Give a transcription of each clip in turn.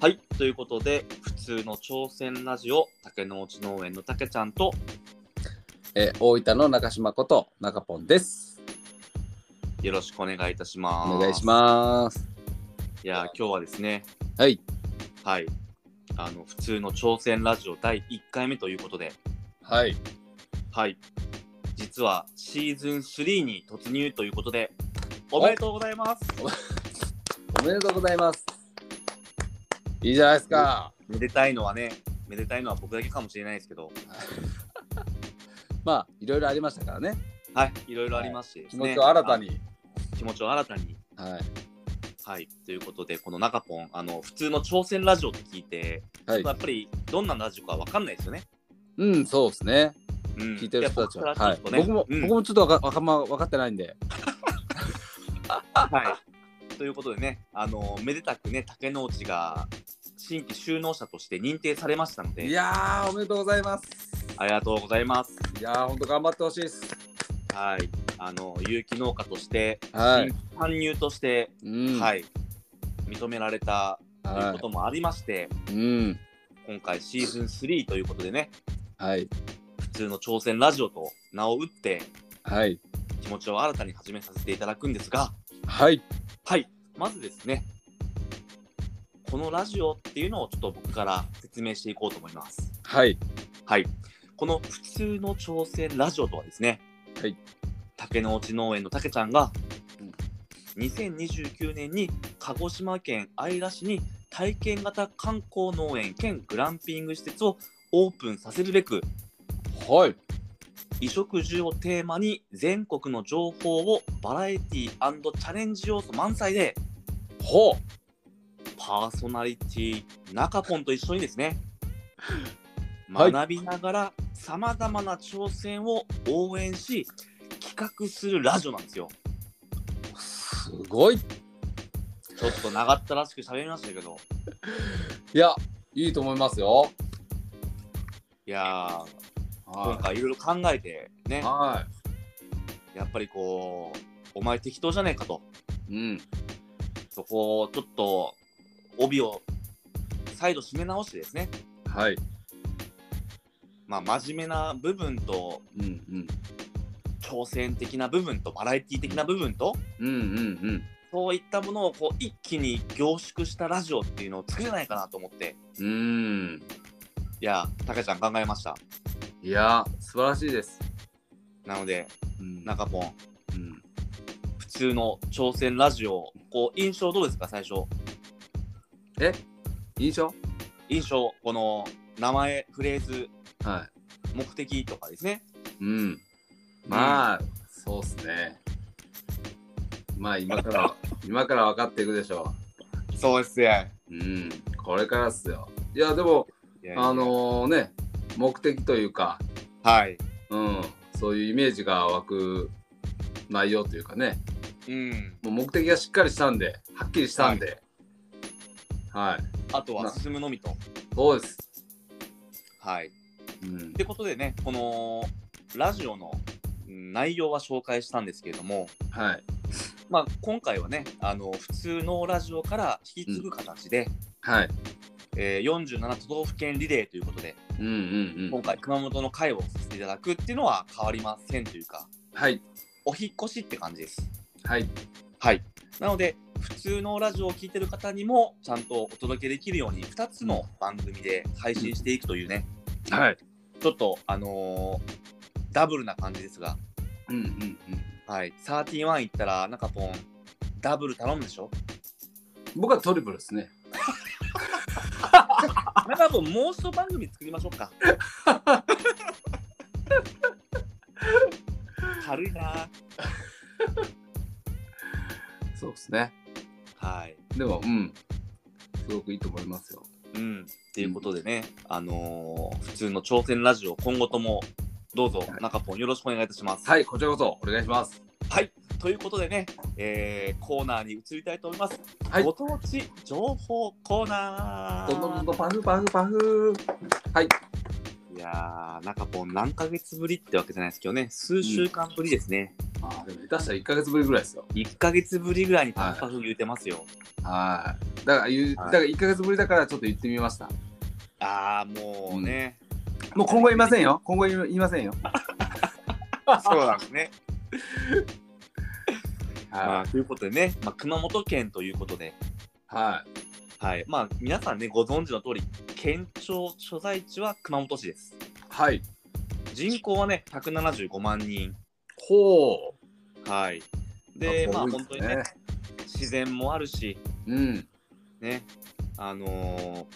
はい、ということで、普通の挑戦ラジオ、竹の内農園の竹ちゃんと、えー大分の中島こと中ポンです。よろしくお願いいたします。お願いします。す。いやー、今日はですね、はい。はい、あの、普通の挑戦ラジオ第1回目ということで、はい。はい、実はシーズン3に突入ということで、おめでとうございます。おめでとうございます。いいじゃないですか。めでたいのはね、めでたいのは僕だけかもしれないですけど、まあ、いろいろありましたからね。はい、いろいろありましてで気すね、持ちを新たに。あ。気持ちを新たに。はい。はい、ということで、この中ポン、あの、普通の挑戦ラジオって聞いて、はいまあ。やっぱりどんなラジオかわかんないですよね。うん、そうですね。うん、聞いてる人たちは。いやはい。僕から僕ちょもっと、ねうん僕もちょっとわか、わかんま、分かってないんで。はい。ということでね、あのめでたくね、竹之内が新規収納者として認定されましたのいで、やー、おめでとうございます。ありがとうございます。いやー、ほんと頑張ってほしいです。はい。あの有機農家として、は新規参入として、い。うん。。はいい、認められたというはこともありまして、い。うん。今回シーズン3ということでね、はい。普通の挑戦ラジオと名を打って、はい。気持ちを新たに始めさせていただくんですが、はい。はい、まずですね、このラジオっていうのをちょっと僕から説明していこうと思います。はい。はい、この普通の挑戦ラジオとはですね、はい、竹の内農園の竹ちゃんがうん、 2029年に鹿児島県姶良市に体験型観光農園兼グランピング施設をオープンさせるべく、はい。衣食住をテーマに全国の情報をバラエティチャレンジ要素満載で、ほう。パーソナリティ中ポンと一緒にですね、 はい学びながらさまざまな挑戦を応援し企画するラジオなんですよ。すごい。ちょっと長ったらしく喋りましたけど、いや、いいと思いますよ。いやー、今は回いろいろ考えてねい。、はやっぱりこう、お前適当じゃねえかと、い。うん。そこをちょっと帯を再度締め直してですね、はい。まあ真面目な部分とうんうん。挑戦的な部分とバラエティ的な部分と、うんうんそういったものをこう一気に凝縮したラジオっていうのを作れないかなと思って、うん。うん。いや、たけちゃん考えました。いや、素晴らしいです。なので、うん中ポン、うん、普通の挑戦ラジオ、こう印象どうですか、最初。印象印象、この名前、フレーズ、は目的とかですね。い。うん。まあ、そうっすね。まあ、今から、今から分かっていくでしょそうですね。う。うん。これからっすよ。いや、でも、あ、のね、目的というか、はい。うん、そういうイメージが湧く内容というかね、うん。もう目的がしっかりしたんで、はっきりしたんで、はい、あとはな進むのみと。そうです。はい。うんっ、てことでね、このラジオのうん内容は紹介したんですけれども、はい、まあ、今回はねあの普通のラジオから引き継ぐ形で、はい、えー47都道府県リレーということでうんうんう今ん、回熊本の会をさせていただくっていうのは変わりませんというかはい、お引っ越しって感じですはい、はいなので普通のラジオを聴いてる方にもちゃんとお届けできるように2つの番組で配信していくというねはい、ちょっとあのーダブルな感じですがうんうんうん。はい31行ったらなんかポンダブル頼むでしょ僕はトリプルですね。なんかもう妄想番組作りましょうか。軽いな。そうですね。はい。でも、うん、すごくいいと思いますよ。うん。っていうことでね、あのー普通の挑戦ラジオ、今後とも、どうぞ、中ポンよろしくお願いいたします。はい、こちらこそお願いします。はい。ということでね、えーコーナーに移りたいと思います。はいご当地情報コーナー。どんどんどんどんパフパフパフ。いやー、なんかこう、何ヶ月ぶりってわけじゃないですけどね、数週間ぶりですね。あーでも下手したら1ヶ月ぶりぐらいですよ。 1ヶ月ぶりぐらいにパフパフ言うてますよ。はい。だから言う、はいだから1ヶ月ぶりだからちょっと言ってみました。ああ、もうね。もう今後言いませんよ。今後言いませんよ。そうなんですね。まあ、 はということでね、まあ、熊本県ということで、い。はい。はい。まあ、皆さんね、ご存知の通り、県庁所在地は熊本市です。はい。人口はね、175万人。ほう。はい。で、まあ、多い本当にね、。自然もあるし、うん。ね、あの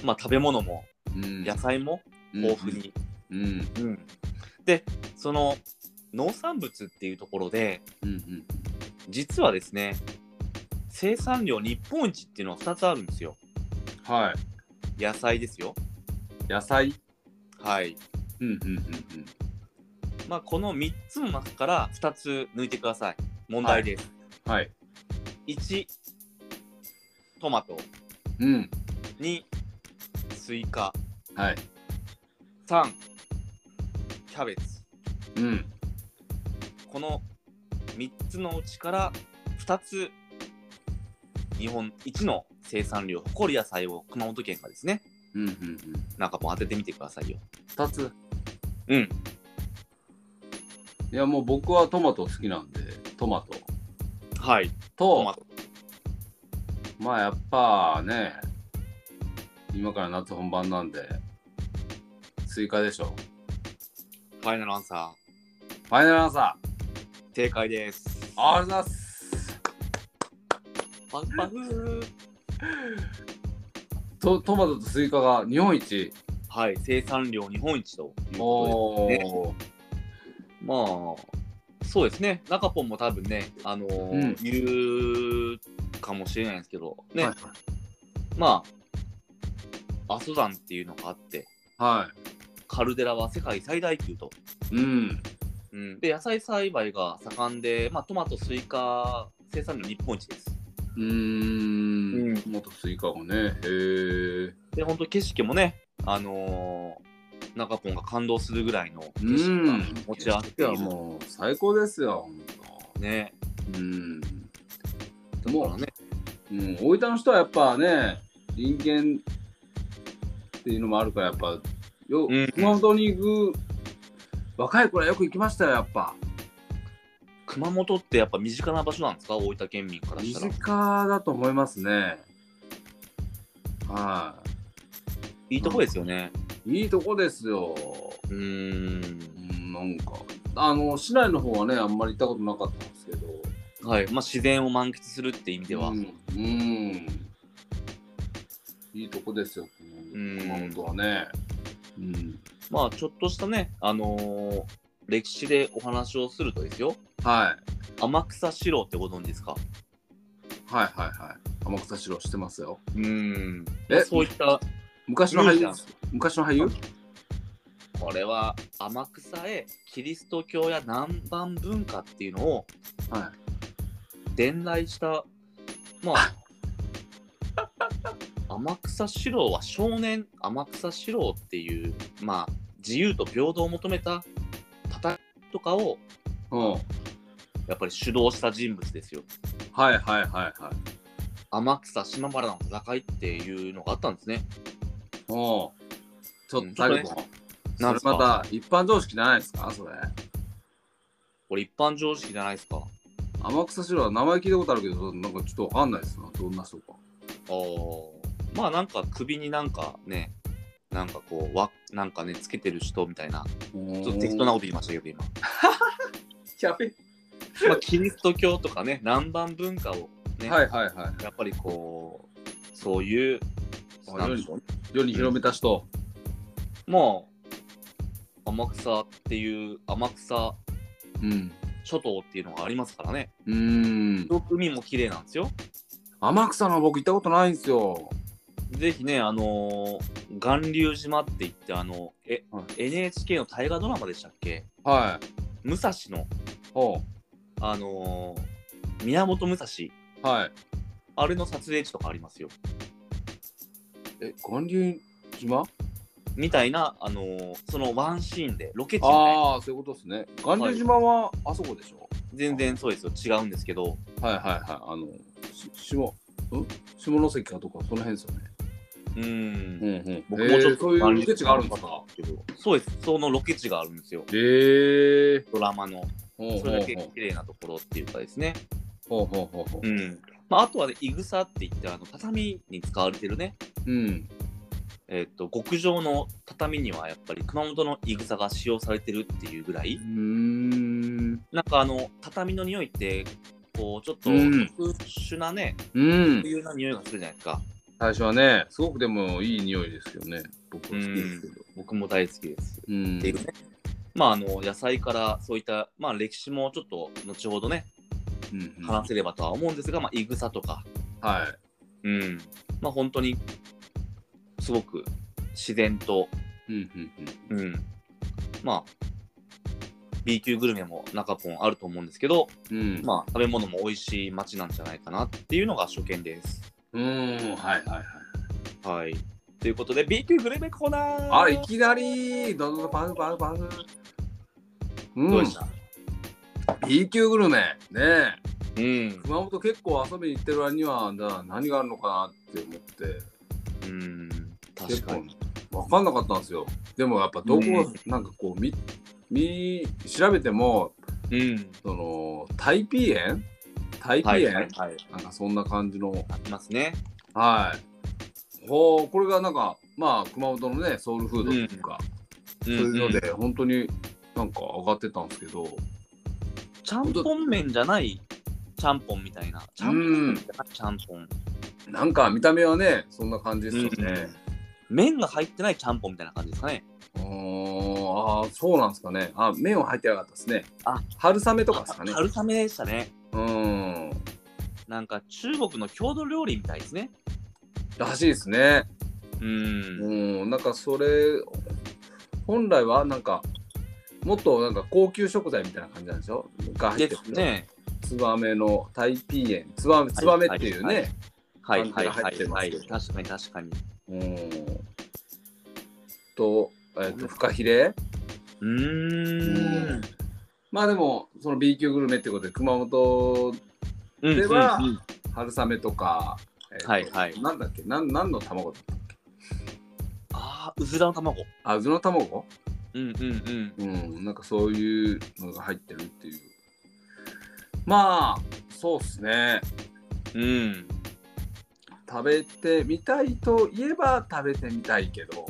ーまあ、食べ物も、うん。野菜も豊富に。うん。ううん。んで、その、農産物っていうところで、うん。うん。実はですね、生産量日本一っていうのは2つあるんですよ。はい。野菜ですよ。野菜。はい。うん。うん。うん。うん。まあ、この3つの中から2つ抜いてください。問題です。はい。 1、トマト。うん。 2、スイカ。はい。 3、キャベツ。うん。この3つのうちから2つ、日本一の生産量を誇る野菜を熊本県がですね、うん。うん。うん。なんかもう当ててみてくださいよ。二つ。うん。いや、もう僕はトマト好きなんで、トマト。はい。と、トマト。まあやっぱね、今から夏本番なんで、スイカでしょ。ファイナルアンサファイナルアンサー、ー、正解です。ありがとうございます。パフパフー。とトマトとスイカが日本一。はい。生産量日本一ということおですー。で。まあ、そうですね。中ポンも多分ね、あのーうん言うかもしれないですけど、ね、はいまあ、阿蘇山っていうのがあって、はカルデラは世界最大級と。い。うん。うん、で野菜栽培が盛んで、まあ、トマト、スイカ生産量日本一です。うーうんん。トマトとスイカがね。へー。で、本当景色もね、あのー、中ポンが感動するぐらいのう景色がん。持ち上げていいやる、もう最高ですよ、ほんと。ね。うん。だからね、うん、大分の人はやっぱね、人間っていうのもあるから、やっぱ、ようん熊本に行く、若い頃はよく行きましたよ、やっぱ。熊本ってやっぱ身近な場所なんですか、大分県民から身したら。近だと思いますね。はいいとこですよね。い。いいとこですよ。う。うんん、なんか、あの、市内の方はね、あんまり行ったことなかったんですけど。はい。まあ、自然を満喫するって意味では。うん。うんいいとこですよ、ん熊本はね。うん。まあ、ちょっとしたね、あのー歴史でお話をするとですよ、はい。天草四郎ってご存知ですかはいはいはい。天草四郎知ってますよ。うん。えそういった昔の俳ミュージ優アム昔の俳優これは天草へキリスト教や南蛮文化っていうのをは伝来したま あ天草四郎は少年天草四郎っていうまあ自由と平等を求めた戦いとかをい。うん。やっぱり主導した人物ですよはいはいはいはい。天草島原の戦いっていうのがあったんですねうん。ちょっとうん最ちょっ後。なそんれすかまた一般常識じゃないですかそれ。これ一般常識じゃないですか天草四郎は名前聞いたことあるけど、なんかちょっとわかんないですな。どんな人か。あーまあなんか首になんかねなんかこうわなんかねつけてる人みたいなちちょっと適当なこと言いましたけど今、やべ。まあ、キリスト教とかね南蛮文化をね、はいはいはやっぱりこうそういうあなんでしょうねい。世に広めた人。もう天草っていう天草うん。諸島っていうのがありますからねうーん。海も綺麗なんですよ天草の僕行ったことないんですよ。ぜひねあのー巌流島って言ってあのえ、は NHK の大河ドラマでしたっけはい。武蔵のほあのー宮本武蔵う。はい。あれの撮影地とかありますよえ、巌流島みたいな、あのーそのワンシーンで、ロケ地のね、ああ、そういうことですね。巌流島はあそこでしょ、全然そうですよ、違うんですけど、はい、はいはいはいあの、し下、ん下関かとか、その辺ですよね。うーん、んうん僕もちょっとそういうロケ地があるんですかそうです、そのロケ地があるんですよ、へえドラマの、ー。それだけ綺麗なところっていうかですね。ほうほうほうほう。うんまあ、あとはね、いぐさって言って、あの畳に使われてるね、うん。えっと極上の畳にはやっぱり熊本のいぐさが使用されてるっていうぐらい、うーん。なんかあの畳の匂いってこうちょっとうん特殊なね、うん。冬な匂いがするじゃないですか最初はね、すごくでもいい匂いですけどね。僕は好きですけど。僕も大好きですうっていんう。ね、まああの野菜からそういった、まあ、歴史もちょっと後ほどねうんうん話せればとは思うんですが、まあ、いぐさとか、はい。うん、まあ本当にすごく自然と、うんうんうん。うん、まあ B 級グルメも中ポンあると思うんですけど、うん、まあ、食べ物も美味しい街なんじゃないかなっていうのが初見です。うーん、はいはいはい。はい。ということで、B 級グルメコーナーあら、いきなり、どんどんパンパンパン。うどうんでし、た B 級グルメ、ねえ、うん。熊本結構遊びに行ってる割には、な何があるのかなって思って、うん。確結か構に。分かんなかったんですよ。でもやっぱどこ、うんなんかこう、み、み、調べても、うん。その、タイピーエンタイピーはエいン、はいはい。なんかそんな感じの、ありますね。はい。ほう、これがなんか、まあ、熊本のね、ソウルフードっていうか、うそういんうので、本当になんか上がってたんですけど、ちゃんぽん麺じゃない、ちゃんぽんみたいな。ちゃんぽん麺じゃない、ちゃんぽん。なんか見た目はね、そんな感じですよね。麺が入ってないちゃんぽんみたいな感じですかね。うーん、ああ、そうなんですかね。あ、麺は入ってなかったですね。あ春雨とかですかね。春雨でしたね。うーん、なんか中国の郷土料理みたいですね。らしいですね。う。うんん、なんかそれ、本来はなんか、もっとなんか高級食材みたいな感じなんでしょが入っでてする。ね。ツバメのタイピーエン、ツバメ、ツバメっていうはいはね。はいはい感はいじがは入い。ってま確かに確かに。うん。と、えっと、フカヒレうーん。まあでもその B 級グルメってことで熊本うんではうんうん春雨とか、えとはいはいなんだっけなんなんの卵だったああ、うずらの卵。あうずの卵うんうんうん。うんなんかそういうのが入ってるっていうまあそうっすねうん。食べてみたいといえば食べてみたいけど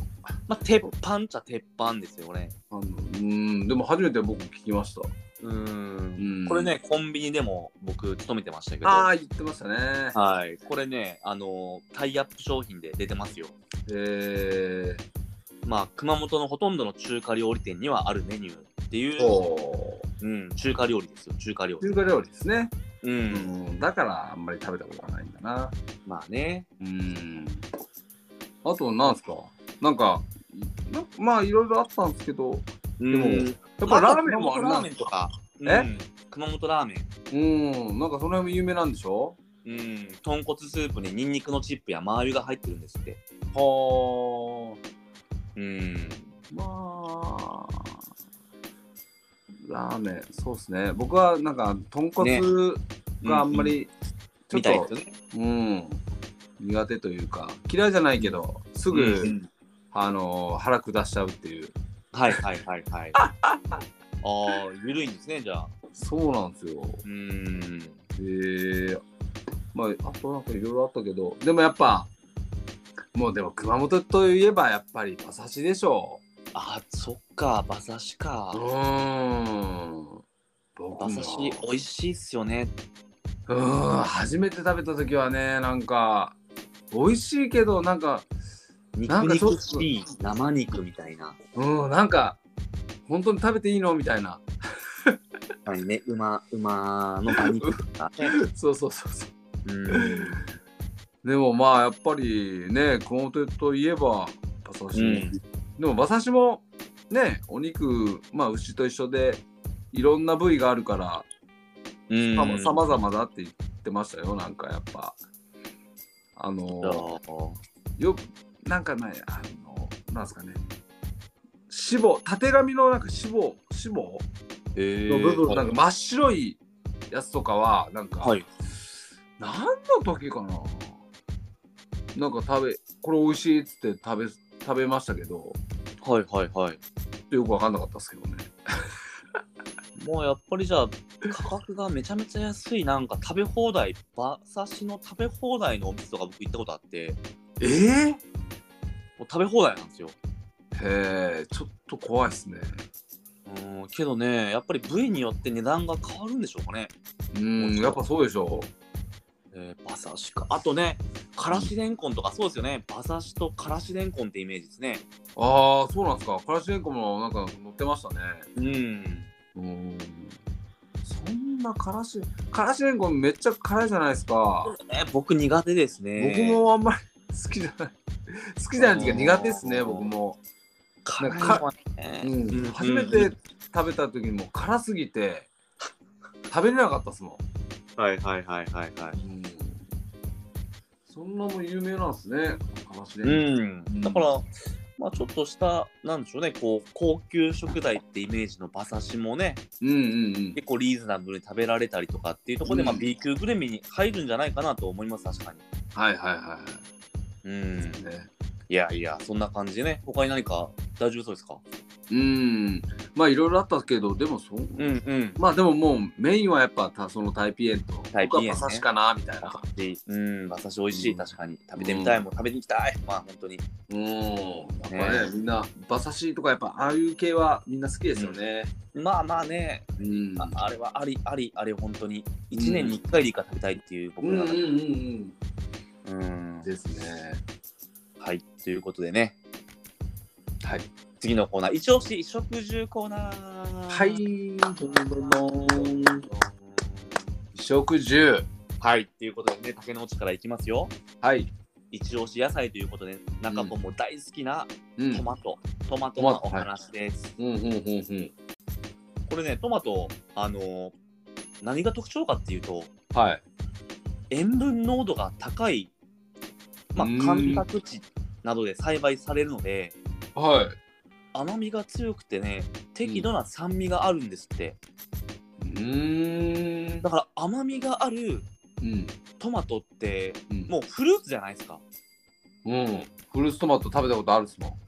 まあ、鉄板っちゃ鉄板ですよ、ねあのうんでも初めて僕聞きました、う。うんん、これね、コンビニでも僕、勤めてましたけど、ああ言ってましたねはい。これね、あのー、タイアップ商品で出てますよ。えまあ、熊本のほとんどの中華料理店にはあるメニューっていー、う、おうん、中華料理ですよ、中華料理。中華料理ですね、う。うんん、だからあんまり食べたことがないんだなまあね。うーん。あと、なんすかなんか、なまあ、いろいろあったんですけど、でもやっぱラーメンもあれラなーんメでンすとかか。えうん熊本ラーメン。うーん、なんかその辺も有名なんでしょうん。豚骨スープにニンニクのチップやマー油が入ってるんですって。はうん。あ。まあ、ラーメン、そうですね。僕はなんか、豚骨があんまり、ちょっみたいですと、よね。うん、苦手というか、嫌いじゃないけど、すぐ、うんあのー腹下しちゃうっていう。はいはいはい はい。ああ、緩いんですね、じゃあ。そうなんですよ。うーん。えー、まああとなんかいろいろあったけどでもやっぱもうでも熊本といえばやっぱり馬刺しでしょあ、そっか、馬刺しかう。ーん馬刺し、美味しいっすよね。うーん初めて食べた時はねなんか美味しいけどなんか肉なんかちょっと肉しい生肉みたいな。うんなんか本当に食べていいのみたいなはいね、馬、馬の馬肉と かね。 そうそうそうそううーん。でもまあやっぱりね熊本といえば馬刺し、うんでも馬刺しもねお肉まあ牛と一緒でいろんな部位があるからうん。まあさまざまだって言ってましたよなんかやっぱあのそうよなんかねあのなんですかね死亡たてがみのなんか死亡死亡えーの部分、はいなんか真っ白いやつとかはなんか、はい。何の時かななんか食べこれ美味しいっつって食べ食べましたけどはいはいはい。ちょっとよく分かんなかったですけどねもうやっぱりじゃあ、価格がめちゃめちゃ安い、なんか食べ放題、馬刺しの食べ放題のお店とか僕行ったことあって、えもう食べ放題なんですよ。へえちょっと怖いですねうん、けどね、やっぱり部位によって値段が変わるんでしょうかね。うんやっぱそうでしょえー、馬刺しか。あとね、からしれんこんとか、そうですよね。馬刺しとからしれんこんってイメージですね。ああそうなんですかからしれんこもなんか乗ってましたねうん。うんそんなからしからしれんこめっちゃ辛いじゃないですか、え僕苦手ですね。僕もあんまり好きじゃない好きじゃないっていうか苦手ですね僕も、辛いのなんはね、う、うんん初めて食べた時にもう辛すぎて食べれなかったっすもはいはいはいはいはい。ん、うん、そんなもん有名なんですねからしれんこうん、だから、まあ、ちょっとした、なんでしょうね、こう高級食材ってイメージの馬刺しもね、うんうんうん結構リーズナブルに食べられたりとかっていうところで、うんまあ、B 級グルメに入るんじゃないかなと思います、確かに。はいはいはうん、いねいやいや、そんな感じでね、他に何か大丈夫そうですかうんまあいろいろあったけどでもそう、うんうん。まあでももうメインはやっぱたそのタイピエンとタイピエンね僕はパサシかなみたい馬な刺しうん、馬刺し美味しうい、ん確かに。食べてみたい、うんもう食べに行きたい。まあ、本当に。うんやっぱねねみんな馬刺しとかやっぱああいう系はみんな好きですよねまあまあね、うん、ああれはあり、あり、あれ、本当に。1年に1回でいいから食べたいっていう、僕うのんうん中うんで。うんうんですねはい、ということでね、はい次のコーナー、一押し食住コーナー。はい食住はい、ということでね、竹の内からいきますよ。はい、一押し野菜ということで、中本も大好きなうん、トマト、トマトトマのトおはい話です。うんうんうんうんこれね、トマト、あのー何が特徴かっていうと、はい塩分濃度が高い、まあうー、干ん拓地などで栽培されるので、はい甘みが強くてね、適度な酸味があるんですって。うーんだから甘みがあるうんトマトってうんもうフルーツじゃないですかうんフルーツトマト食べたことあるっすも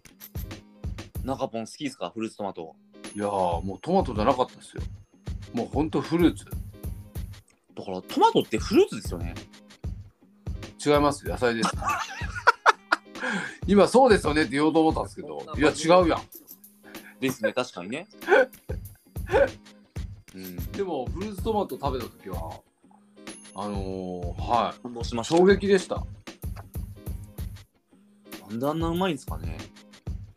ん中ポン好きですかフルーツトマトいやーもうトマトじゃなかったですよもうほんとフルーツだからトマトってフルーツですよね違います野菜です 今そうですよねって言おうと思ったんですけどいや違うやんですね確かにねうんでもフルーツトマト食べた時はあのー、は感動しまいした衝撃でしたなんであんなうまいんですかね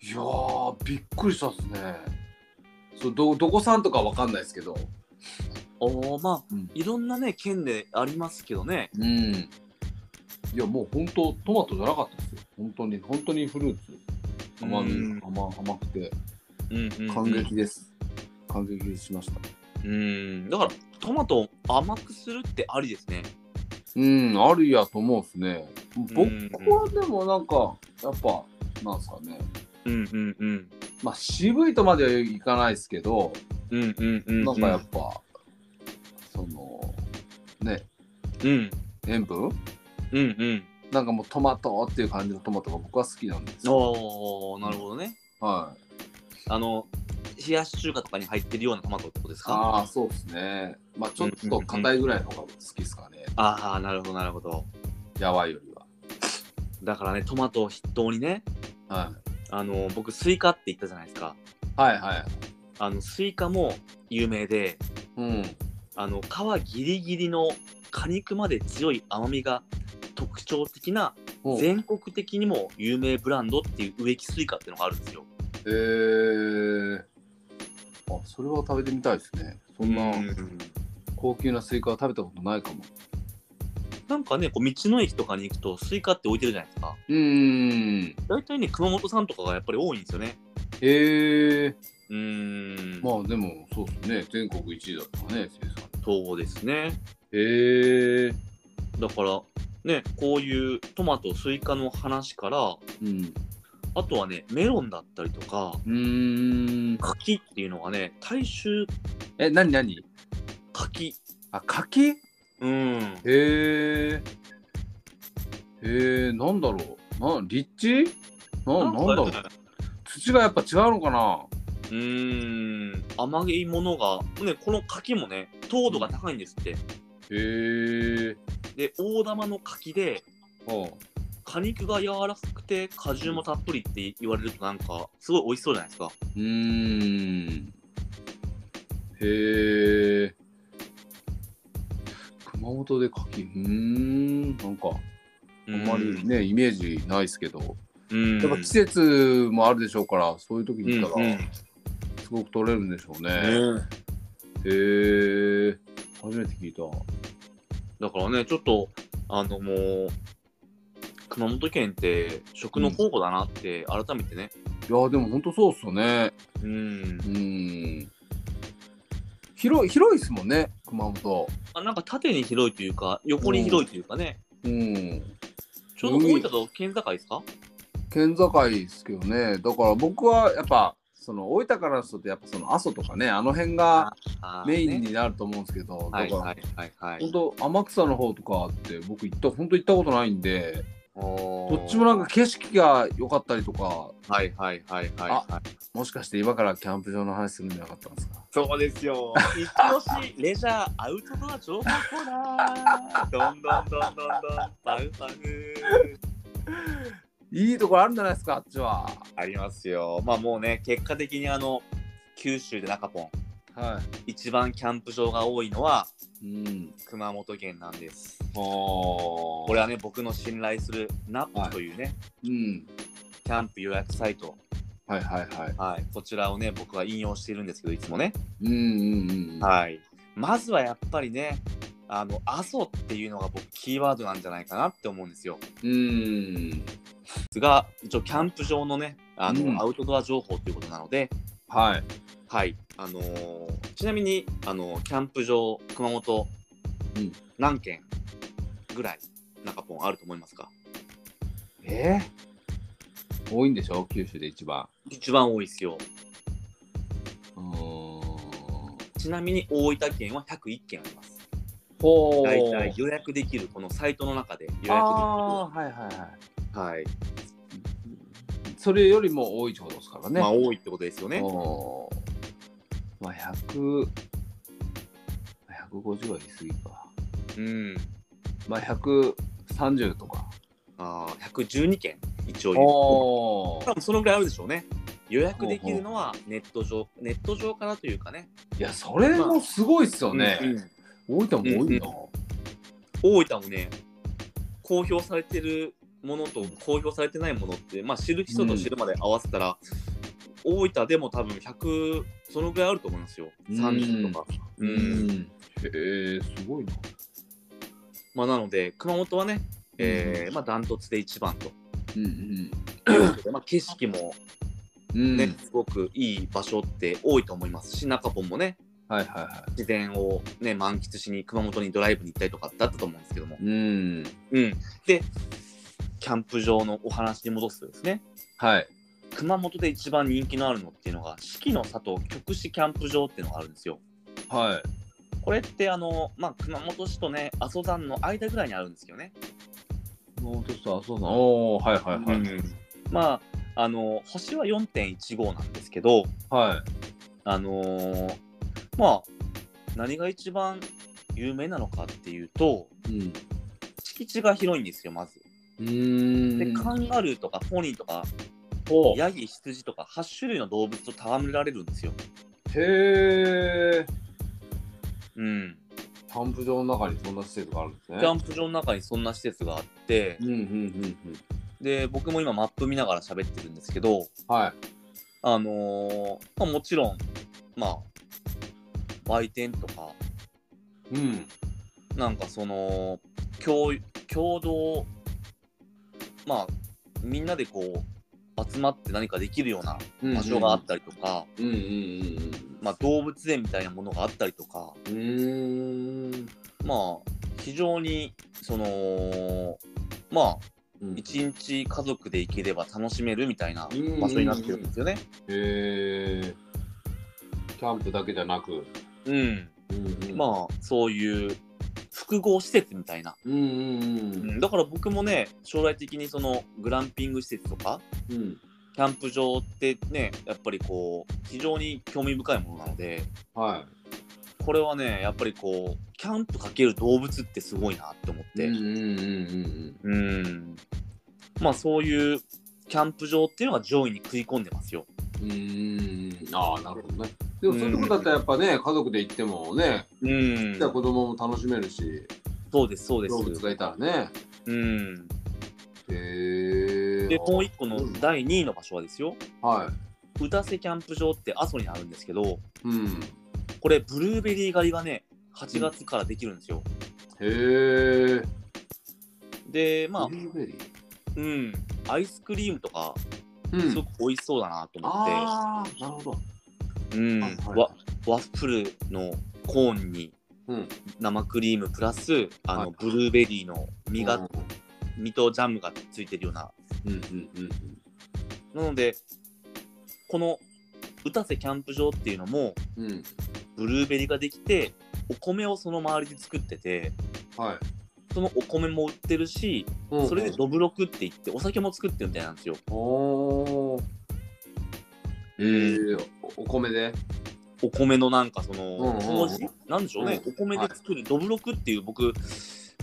いやーびっくりしたっすねそうどどこさんとかわかんないですけどおおまあ、うんいろんなね県でありますけどねうんいやもう本当トマトじゃなかったですよ本当に本当にフルーツ甘みうん甘甘くてうんうん、うん、感激です、感激しましたうんだからトマトを甘くするってありですねうん、あるやと思うっすね。僕うんはでもなんか、やっぱ、なんすかね。うんうんうんまあ、渋いとまではいかないですけど、うんうんうんなんかやっぱ、その、ね、うん塩う分んうんなんかもうトマトっていう感じのトマトが僕は好きなんですよ。おおなるほどね、はい。あの冷やし中華とかに入ってるようなトマトってことですかああ、そうですね。まあ、ちょっと硬いぐらいの方が好きですかね。ああなるほどなるほどやばいよりだからねトマトを筆頭にねは。はい。あの僕スイカって言ったじゃないですかはいはい。あのスイカも有名でうん。あの皮ギリギリの果肉まで強い甘みが特徴的なほうえ全国的にも有名ブランドっていう植木スイカっていうのがあるんですよー。あ、それは食べてみたいですね。そんな。高級なスイカは食べたことないかも。なんかねこう道の駅とかに行くとスイカって置いてるじゃないですかうーん。大体ね熊本さんとかがやっぱり多いんですよねへえうーんまあでも、そうですね。全国一位だったね、生産。そうですねへえだからねこういうトマトスイカの話からうん。あとはね、メロンだったりとか、うーん。柿っていうのがね、大衆え、なになに柿。あ、柿へうん。え。へえ、なんだろう。な、立地な、なんだろう。かね土がやっぱ違うのかなうーん。甘いものが、ね、この柿もね、糖度が高いんですって。へえ。で、大玉の柿で、おう果肉が柔らかくて果汁もたっぷりって言われるとなんかすごい美味しそうじゃないですか。うーん。へえ。熊本で柿、うーん。なんか、あんまりね、イメージないですけど、うん。やっぱ季節もあるでしょうから、そういう時に行ったうんうらん、すごく取れるんでしょうね。ねへえ。初めて聞いた。だからね、ちょっと、あのもう、熊本県って食の宝庫だなって改めてね。いや、でも本当そうっすよね。うん。うん。広い、広いっすもんね、熊本。あなんか縦に広いというか、横に広いというかね。うん。ちょうど大分と県境ですか県境ですけどねだから僕はやっぱその大分からするとやっぱその阿蘇とかねあの辺があーメインねになると思うんですけど、はだいから、はいはいはい。本当天草の方とかって僕行った本当行ったことないんでおどーっちもなんか、景色が良かったりとかはいはいはいはい、はい。もしかして今からキャンプ場の話するんじゃなかったんですかそうですよ。一押しレジャーアウトドア情報コーナー。どんどんどんどんどん、パンパン。いいところあるんじゃないですかあっちはありますよ。まあもうね、結果的にあの、九州で中ポン、は一番キャンプ場が多いのはいうん熊本県なんです。はこれはね、僕の信頼するナップというね、うんキャンプ予約サイト、はいはいはいはい、こちらをね、僕は引用しているんですけど、いつもね。うんうんうんはい。まずはやっぱりね、あの、阿蘇っていうのが僕、キーワードなんじゃないかなって思うんですよ。うんですが、一応キャンプ場のね、あの、うんアウトドア情報ということなので、はいはい、あのーちなみに、あのーキャンプ場、熊本、うん何軒ぐらい、中ポンあると思いますかえー、多いんでしょ九州で一番。一番多いですよ。うーん。ちなみに大分県は101件あります。ほ大体予約できる、このサイトの中で予約できる。ああー、はいはいははい。い。それよりも多いってことですからね。まあ、多いってことですよね。おーまあ、100、150は言い過ぎか。うん。まあ、130とか。ああ、112件、一応言うと。お多ー分そのぐらいあるでしょうね。予約できるのはネット上、ネット上からというかね。いや、それもすごいっすよね。うんうん大分も多いな。大分もね公表されてるものと公表されてないものって、まあ、知る人と知るまで合わせたら、大分でも多分100そのぐらいあると思いますようん30とか、うんうん。へえ、すごいな。まあ、なので熊本はね、えーまあ、ダントツで一番といううんことで、まあ、景色もうん。うん。ね、すごくいい場所って多いと思いますし中ポンもねはいはいは自然を、ね、満喫しに熊本にドライブに行ったりとかだったと思うんですけども、い。うん。うん、でキャンプ場のお話に戻すとですねはい。熊本で一番人気のあるのっていうのが四季の里極紫キャンプ場っていうのがあるんですよ。はい。これってあの、まあ、熊本市とね阿蘇山の間ぐらいにあるんですけどね。熊本市と阿蘇山。おお、はいはいはい。まああの星は4.15なんですけどはあのーまあ何が一番有名なのかっていうとい。うん。敷地が広いんですよまず。うーでん。カンガルーとかポニーとかほうヤギ羊とか8種類の動物と戯れられるんですよ。へえ。うん、キャンプ場の中にそんな施設があるんですね。キャンプ場の中にそんな施設があって。うんうんうんうん。で僕も今マップ見ながら喋ってるんですけどはい。あのーまあ、もちろんまあ売店とかうん。なんかその共共同まあみんなでこう集まって何かできるようなうん場所があったりとか、うんうんまあ、動物園みたいなものがあったりとかうんうん。うーん。まあ非常にそのまあうんへ一日家族で行ければ楽しめるみたいな場所になってるんですよね。えキャンプだけじゃなく、うんうんあまあそういう複合施設みたいな、うんうんだから僕もね将来的にそのグランピング施設とかうんうんキャンプ場ってねやっぱりこう非常に興味深いものなのではこれはねやっぱりこうキャンプかける動物ってすごいなって思っいて、うんうんうんうんまあそういうキャンプ場っていうのが上位に食い込んでますよ。うんうんうんああなるほどねでもそういうとこだったらやっぱね家族で行ってもねうんじゃあ子供も楽しめるしそうですそうです。動物がいたらねうん、へえでもう一個のうん第2位の場所はですよは宇多瀬キャンプ場って阿蘇にあるんですけどいうんこれブルーベリー狩りがね8月からできるんですよ。へえでまあブルーベリうーんアイスクリームとかうんすごく美味しそうだなと思って。ああなるほどうんはいはいわワッフルのコーンにうん生クリームプラスあの、はいブルーベリーの実が、うん実とジャムがついてるようなうんうんうんなのでこの打たせキャンプ場っていうのもうんうんブルーベリーができてお米をその周りで作っててはいそのお米も売ってるしうんそれでドブロクって言ってお酒も作ってるみたいなんですよおーえー、おお米でお米のなんかそうんうんうのん麹なんでしょうねお米で作るドブロクっていう僕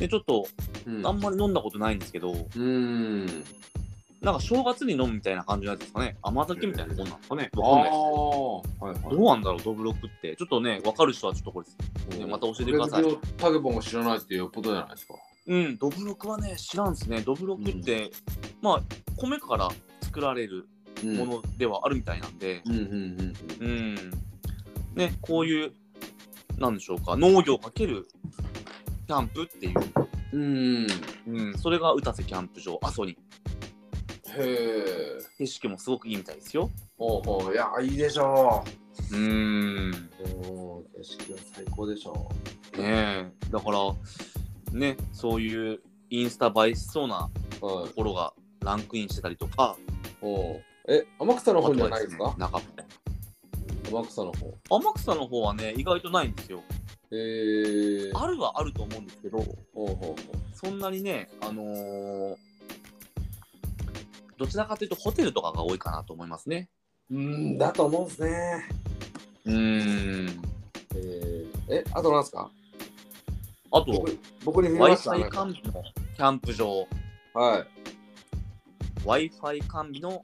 ねちょっとうんあんまり飲んだことないんですけど、うんなんか正月に飲むみたいな感じなんですかね甘酒みたいなもんなんですかねあーわかんないですはいはどうなんだろうドブロックってちょっとね分かる人はちょっとこれいねまた教えてくださいそれでタケポンを知らないってよっぽどじゃないですかうんドブロックはね知らんですねドブロックって、まあ米から作られるうんものではあるみたいなんでうんうんうんうん、ねこういうなんでしょうか農業かけるキャンプっていう、うんうんへうん、それが宇多瀬キャンプ場阿蘇にえ景色もすごくいいみたいですよおうおういやいいでしょうんうおー景色は最高でしょねえだからねそういうインスタ映えしそうなうはところがランクインしてたりとかおうえ天草のあと方じゃはないですかねなかった天草の方天草の方はね意外とないんですよえー、あるはあると思うんですけどおうおうそんなにねあのーどちらかというとホテルとかが多いかなと思いますねおううんだと思うんですねうんえー、え、あとなんですかあと僕僕に見 w ま i し f た i ね。完備のキャンプ場はい。 w i f i 完備の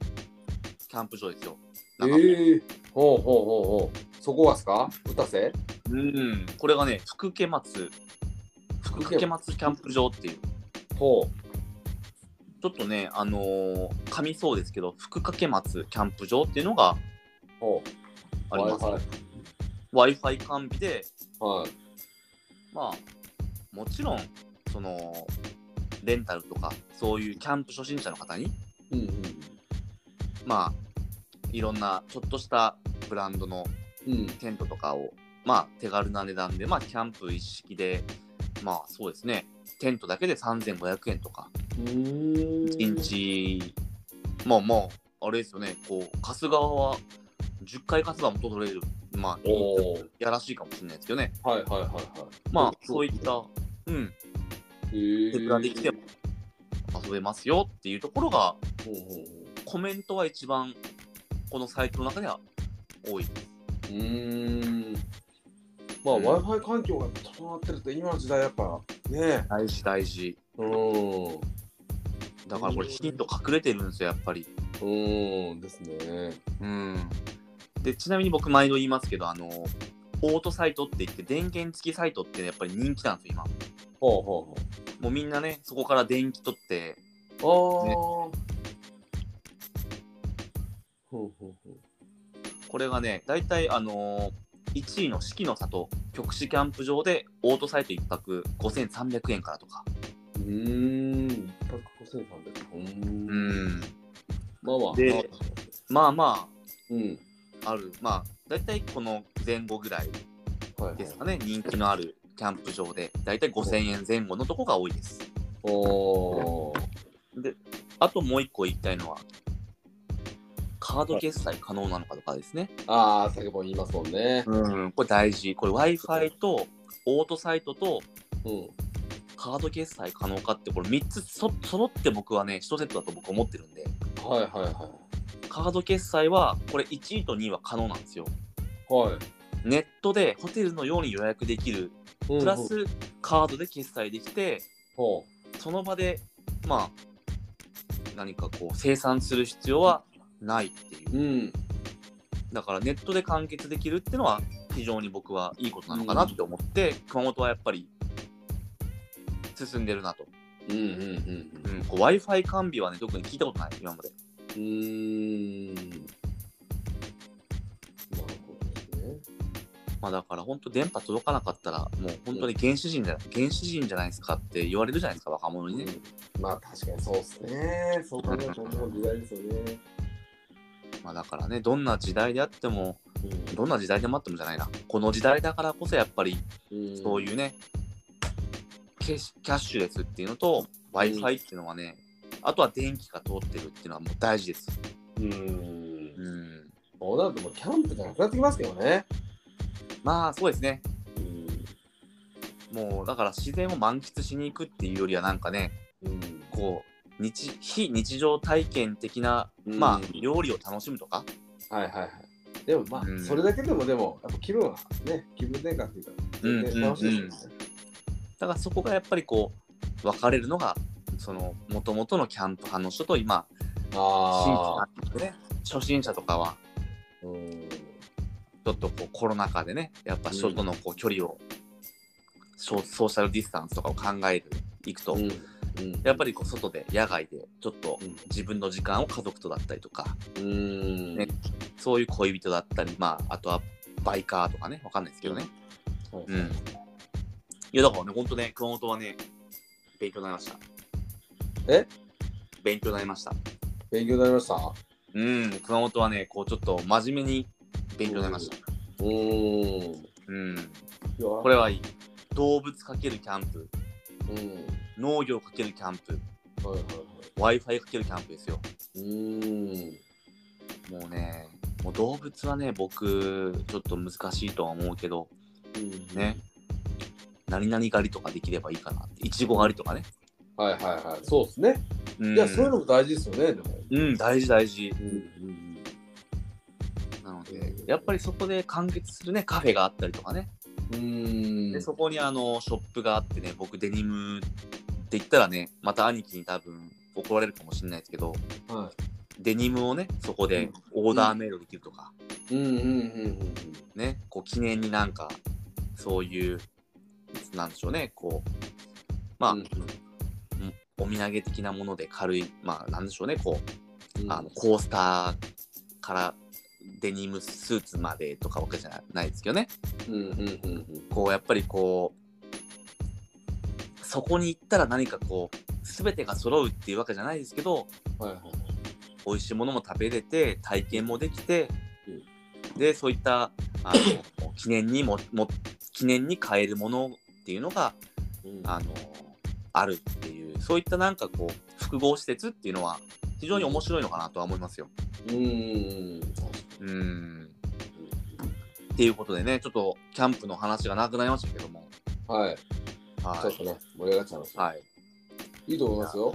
キャンプ場ですよなえんかー、ほうほうほうほう。そこはですか歌瀬うんこれがね福家松福家松キャンプ場っていうほちょっとね、あのー、噛みそうですけど、福掛松キャンプ場っていうのがう。ほう。あります。はい Wi-Fi 完備で、はい。まあ、もちろん、その、レンタルとか、そういうキャンプ初心者の方に、うんうん。まあ、いろんなちょっとしたブランドのうん、テントとかを、まあ、手軽な値段で、まあ、キャンプ一式で、まあ、そうですね、テントだけで3500円とか、うー1ん日、まあまあ、あれですよね、こう、春日は10回春日も取れる、まあ、おーやらしいかもしれないですけどね、はいはいはいはまあ、そそうういった、うん、い。え手ぶらできても遊べますよっていうところが、ほうほうほコメントは一番、このサイトの中では多い。う。うーん。まあ、うん Wi-Fi 環境が整ってると、今の時代やっぱ、ね大事、大事。うん。うだからこれ、ヒント隠れてるんですよ、やっぱり。ーんですね。うん。で、ちなみに僕、毎度言いますけど、あの、オートサイトって言って、電源付きサイトってやっぱり人気なんですよ、今。ほうほもうみんなね、そこから電気取って、うほう。ああ、ほうほうほう。これがね、大体、あのー、1位の四季の里、極地キャンプ場で、オートサイト1泊5300円からとか。うーん、一泊五千三百。うーんう。ん。まあまあ。でままああまうん。あ、ある。まあ、大体この前後ぐらいはい、はい。ですかね、人気のあるキャンプ場で、大体5000円前後のとこが多いです。おお。で、あともう一個言いたいのは、カード決済可能なのかとかですね。ああ、先ほど言いますもんね。うん、これ大事。これ Wi-Fi とオートサイトとうん。カード決済可能かって、これ3つそ揃って僕はね、1セットだと僕思ってるんで、はいはいはカード決済は、これ1位と2位は可能なんですよ。い。はい。ネットでホテルのように予約できる、ププラ、スカードで決済できて、ほその場で、まあ、何かこう、生産する必要はないっていうう。うん。だからネットで完結できるっていうのは非常に僕はいいことなのかなって思って、熊本はやっぱり進んでるなと、うんうんうんうん w i f i 完備はね特に聞いたことない今までうん。うーん。なるほどですね。まあだから本当電波届かなかったらもう本当に原始人じゃ原始人じゃないですかって言われるじゃないですか若者にね、うんまあ確かにそうですね。そう考えるともう時代ですよね。まあだからねどんな時代であってもうんどんな時代でもあってもじゃないなこの時代だからこそやっぱりうんそういうね、キャッシュキャッシュレスっていうのと w i f i っていうのはね、あとは電気が通ってるっていうのはもう大事です。うん。うん、そうなるともうキャンプじゃなくなってきますけどね。まあそうですね、うん。もうだから自然を満喫しに行くっていうよりはなんかね、うん。こう日非日常体験的な、うんまあ料理を楽しむとか、はいはいはい。でもまあ、うんそれだけでもでも、やっぱ気分はね、気分転換っていうか、全然楽しいですよね。だからそこがやっぱりこう分かれるのが、その元々のキャンプ派の人と今、新規ああ派。の人ね、初心者とかはうん。ちょっとこうコロナ禍でね、やっぱ人とのこう距離を、ソソーシャルディスタンスとかを考えていくと、うん。やっぱりこう外で、野外で、ちょっとうん自分の時間を家族とだったりとか、うん。ねそういう恋人だったり、まあ、あとはバイカーとかね、わかんないですけどね。はいうん。いや、だからね、ほんとね、熊本はね、勉強になりました。え勉強になりました。勉強になりましたうん、熊本はね、こう、ちょっと真面目に勉強になりました。うーん。うん。ここれはいい。動物×キャンプ、うん。はい農業×キャンプ、はいはい。 Wi-Fi× キャンプですよ。うーん。もうね、もう動物はね、僕、ちょっと難しいとは思うけど、ね。何々狩りとかできればいいかなって。いちご狩りとかね。はいはいはい。そうですね。うんいや、そういうのも大事ですよね、でも。うん、大事大事。うんうんなので、やっぱりそこで完結するね、カフェがあったりとかね。うん。うーで、ん。そこにあの、ショップがあってね、僕デニムって言ったらね、また兄貴に多分怒られるかもしれないですけど、はデニムをね、そこでオーダーメイドできるとか、い。うんうんうんね、こう記念になんか、そういう、なんでしょうね、こう、まあ、うんお土産的なもので軽い、まあ、なんでしょうね、こう、うん。あのコースターからデニムスーツまでとかわけじゃないですけどねうんうんうんこうやっぱりこうそこに行ったら何かこう全てが揃うっていうわけじゃないですけどうん。はいはい。美味しいものも食べれて体験もできてうんでそういったあの記念にもも記念に買えるものっていうのがうんあのあるっていうそういったなんかこう複合施設っていうのは非常に面白いのかなとは思いますよ。うんうんうん。確かうんっていうことでね、ちょっとキャンプの話がなくなりましたけども。にはい。ちょはっとね、盛り上がっちゃいましい。た。はい、いいと思いますよ。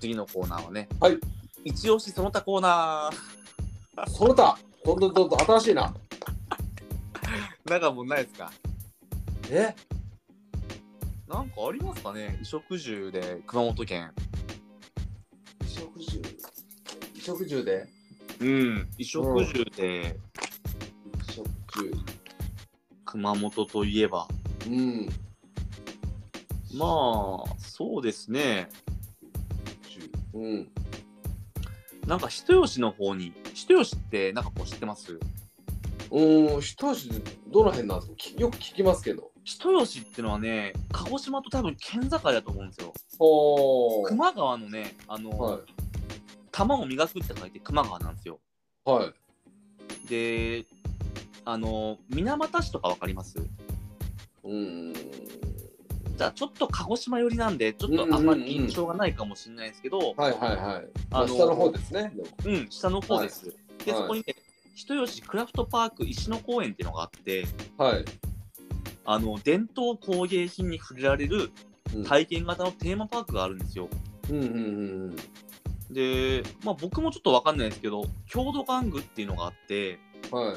次のコーナーはね、はい。一押しその他コーナその他、どんどんどんどん新しいな。ー。 なんかもうないですかえなんかありますかね衣食住で熊本県。衣食住。衣食住でうん。衣食住で衣食住。熊本といえば。うん。まあ、そうですね。うん。なんか人吉の方に、人吉ってなんかこう知ってますうん、一足でどの辺なんですかきよく聞きますけど。人吉ってのはね、鹿児島と多分県境だと思うんですよ。ほー。熊川のね、あの、はい。玉を磨くって書いて熊川なんですよ。はい。で、あの、水俣市とかわかりますうん。ちはちょっと鹿児島寄りなんで、ちょっとあんまり印象がないかもしれないですけど、はいはいはい。あまのあ、下の方ですね。でもうん、下の方です。で、はいそこにね、人吉クラフトパーク石野公園っていうのがあって、はい。あの伝統工芸品に触れられるうん体験型のテーマパークがあるんですよ。うんうんうんで、まあ、僕もちょっとわかんないですけど、郷土玩具っていうのがあって、うん。はい。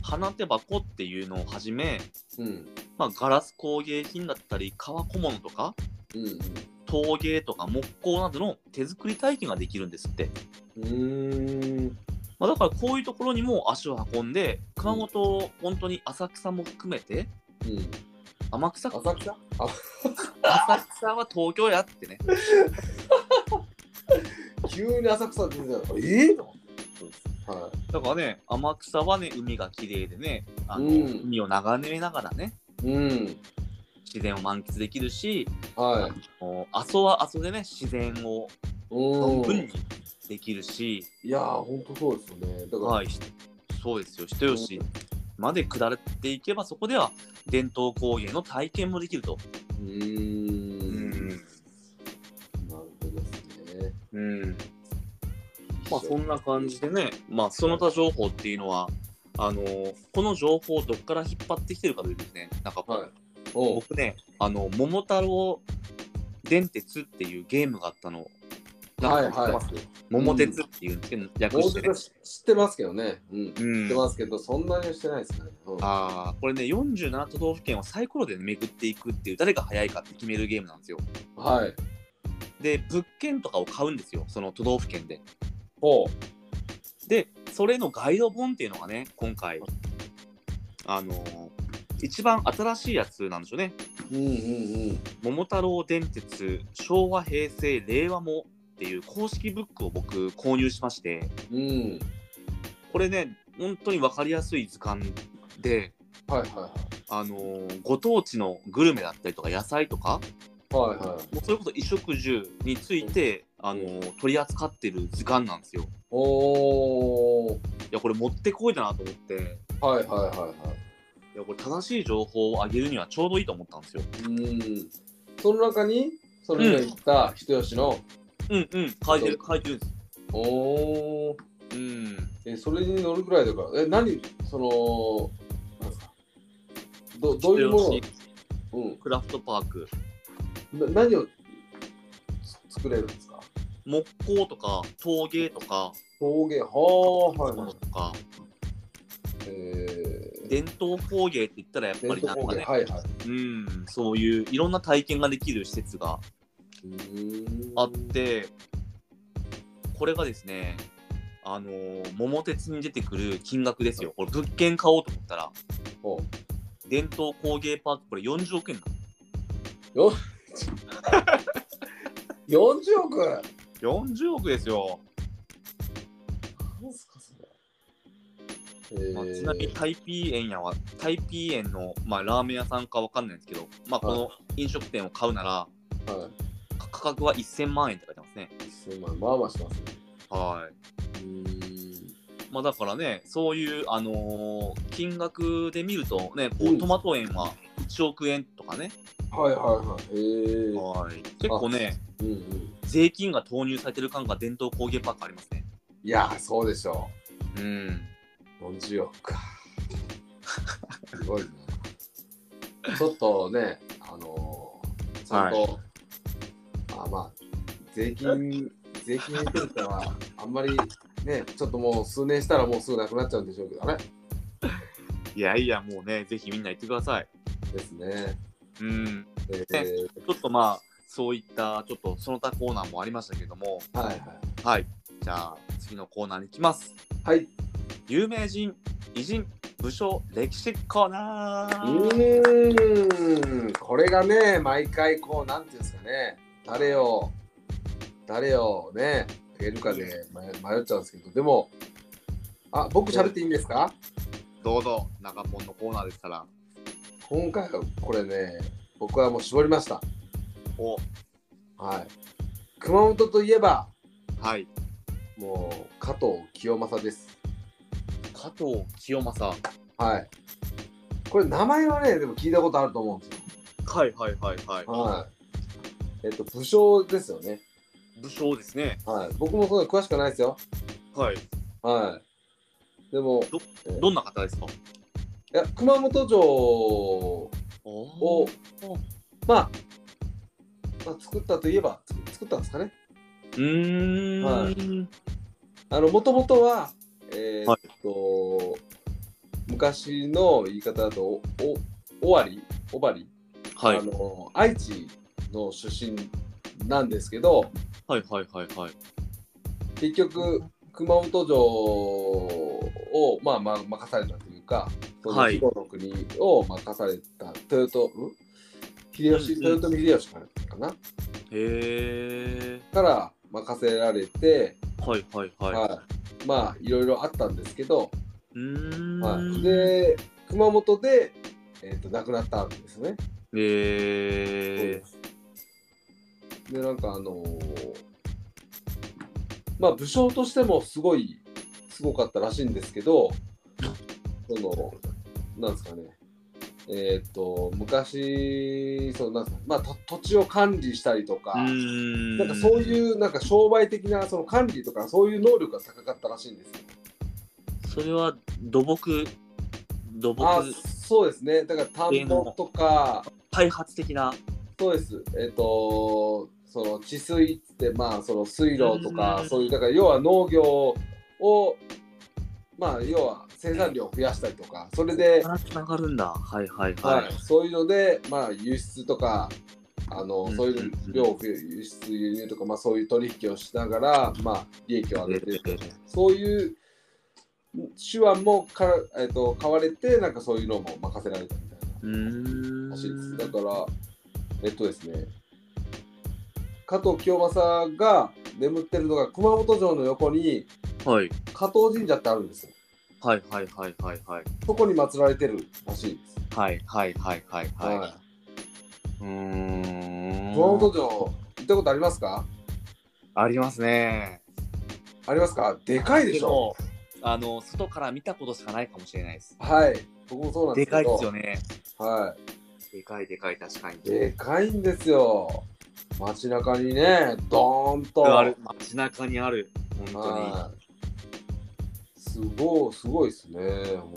花手箱っていうのをはじめ、うんまあ、ガラス工芸品だったり、革小物とか、うん陶芸とか木工などの手作り体験ができるんですって。うん。うーん。まあ、だからこういうところにも足を運んで、熊本、本当に浅草も含めて、うん。天草か浅草浅草は東京やってね。急に浅草出てきたええはだからね、天草はね、海が綺麗でね、あの、うん海を眺めながらね、い。うん。自然を満喫できるし、はい。もう阿蘇は阿蘇でね、自然を存う分にん。できるし、いやー、ほんとそうですよね。だから、はい、ひそうですよ、人吉まで下っていけば、そこでは伝統工芸の体験もできると。うーん。うんなるほどですね。うんまあそんな感じでね、まあその他情報っていうのは、あのこの情報をどっから引っ張ってきてるかというとですね、なんかこう、はい。おう僕ね、あの、桃太郎電鉄っていうゲームがあったの、なんか知ってます、桃鉄っていうんですけど、略大してね阪。知知ってますけどね。うん。知っうんてますけど、そんなにはしてないですね。うんあーこれね47都道府県をサイコロでめくっていくっていう誰が早いかって決めるゲームなんですよはい。で物件とかを買うんですよその都道府県でほでそれのガイド本っていうのがね今回あのー一番新しいやつなんでしょうねう。うんうん「桃太郎電鉄昭和平成令和も」っていう公式ブックを僕購入しましてうん。うん。これね本当に分かりやすい図鑑ではいはいあのーご当地のグルメだったりとか野菜とかはい。はいはい。もうそれこそ衣食住について、あの取り扱ってる図鑑なんですよ。いおー。やこれ持ってこいだなと思っていはいはいはいはい。やこれ正しい情報をあげるにはちょうどいいと思ったんですよ。うん。その中に、それが言った人吉の、うんうん書いてる書いてるんです。おー。うんえ、それに乗るぐらいだから、え、何、その、なんですかどどういうものを人吉クラフトパークうん、な何をつ作れるんですか木工とか陶芸とか陶芸、はあ、はいはとい。かえ伝統工芸って言ったらやっー、ぱり伝なんか統工芸、ね、はいはい。うんそういういろんな体験ができる施設がうーんあっ、てこれがですねあのー桃鉄に出てくる金額ですよこれ物件買おうと思ったらお伝統工芸パークこれ40億円な40億なの40億ですよ、んすか、それ。えまあちなみにタイピー園やはタイピー園の、まあ、ラーメン屋さんかわかんないんですけど、まあ、この飲食店を買うならはか価格は1000万円って書いてますねい、1000万、まあまあしますね。はいうーんまあだからねそういう、あのー金額で見るとねこううんトマト園は1億円とかね、はいはいはい。へえ。はい結構ねうんうん。税金が投入されてる感が伝統工芸パークありますね。いやー、そうでしょうん。う。40億か。すごいな。ちょっとね、あのー、ちゃんと、あまあ、税金、税金については、あんまりね、ちょっともう数年したらもうすぐなくなっちゃうんでしょうけど、あれいやいや、もうね、ぜひみんな行ってください。ですね。うん。えー、ちょっとまあ、そういった、ちょっとその他コーナーもありましたけども、はいはい。はい。じゃあ、次のコーナーに行きます。はい。有名人、偉人、武将、歴史コーナうー。ーん、これがね、毎回こう、なんていうんですかね、誰を、誰をね、あげるかで迷迷っちゃうんですけど、でも、あ、僕喋っていいんですかどうぞ、中ポンのコーナーですから。今回はこれね、僕はもう絞りました。お、はい。熊本といえば、はい。もう、加藤清正です。加藤清正。はい。これ、名前はね、でも聞いたことあると思うんですよ。加はいはいはいはい。はい。えっと、武将ですよね。武将ですね。はい。僕もそんな詳しくないですよ。はい。はい。でも、どんな方ですかいや熊本城を、おまあ、まあ、作ったといえばつ作ったんですかね。うーん。ははい。あの、もともとは、えーはっと、昔の言い方だと、お、お、尾張尾張はいあの、愛知の出身なんですけど、はいはいはい。結局熊本城を、まあ、まあ任されたというかそのはい肥後の国を任された豊臣、ん秀吉うんうん豊臣秀吉からかな、へえ。から任せられて、はいはいはいはまあいろいろあったんですけど、い。うーん。はい、で熊本で、えー、と亡くなったんですね。へえ。でなんかあのーまあ武将としてもすごいすごかったらしいんですけどそのなんですかねえーっと昔そのなんですか、まあ、と土地を管理したりとか、うーん。なんかそうう。いうなんか商売的なその管理とかそういう能力が高かったらしいんですよ。それは土木、土あ木そうですねだから田んぼとか、開発的な。そうです。えっ、と、その治水って、まあ、その水路とか、うんそういう、だから、要は農業を。まあ、要は生産量を増やしたりとか、それで、つながるんだ。はいはいははいい、。そういうので、まあ、輸出とか。あのうんそういう量を増や輸出輸入とか、まあ、そういう取引をしながら、まあ、利益を上げてるそういう手腕もか、えっと買われてなんかそういうのも任せられたみたいなうーん。らしいです。だから、えっとですね、加藤清正が眠ってるのが熊本城の横にはい加藤神社ってあるんですよ。はいはいはいはいはい。そこに祀られてるらしいです。はいはいはいはいはい。はうーいん。熊本城、行ったことありますかありますね。ありますかでかいでしょ。でもあの外から見たことしかないかもしれないです。はい。僕もそうなんでですかけど。いですよね。はでかいでかい確かに。い。でかいんですよ。街中にね、ドーンと。ある街中にある本当はいすごい、すごいですね、本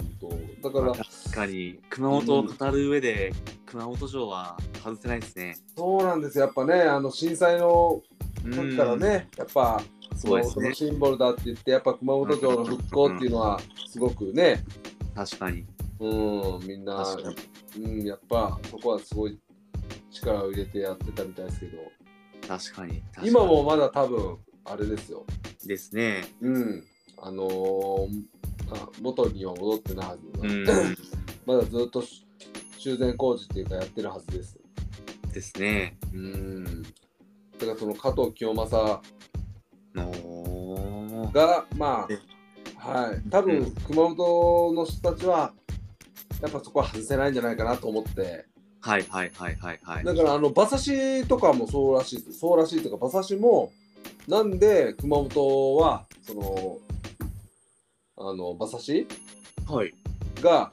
当。だからに。、確かに熊本を語る上で、熊本城は外せないですね。そうなんですよやっぱね、あの震災のう時んから。ね、やっぱすごいですそのね。シンボルだって言って、やっぱ熊本城の復興っていうのは、すごくね、確かに。うん、みんな確かに、うん、やっぱそこはすごい力を入れてやってたみたいですけど、確かに。確かに今もまだ多分、あれですよ、ですね。うん、あのーあ元には戻ってないはず、うん。まだずっとし修繕工事っていうか、やってるはずです。ですね。うん、だからその加藤清正のがまえあはい多う分ん熊本の人たちはやっぱそこは外せないんじゃないかなと思ってはいはいはいはいはい。だからあの馬刺しとかもそうらしいですそうらしいというか馬刺しもなんで熊本はそのあの馬刺しはい。が、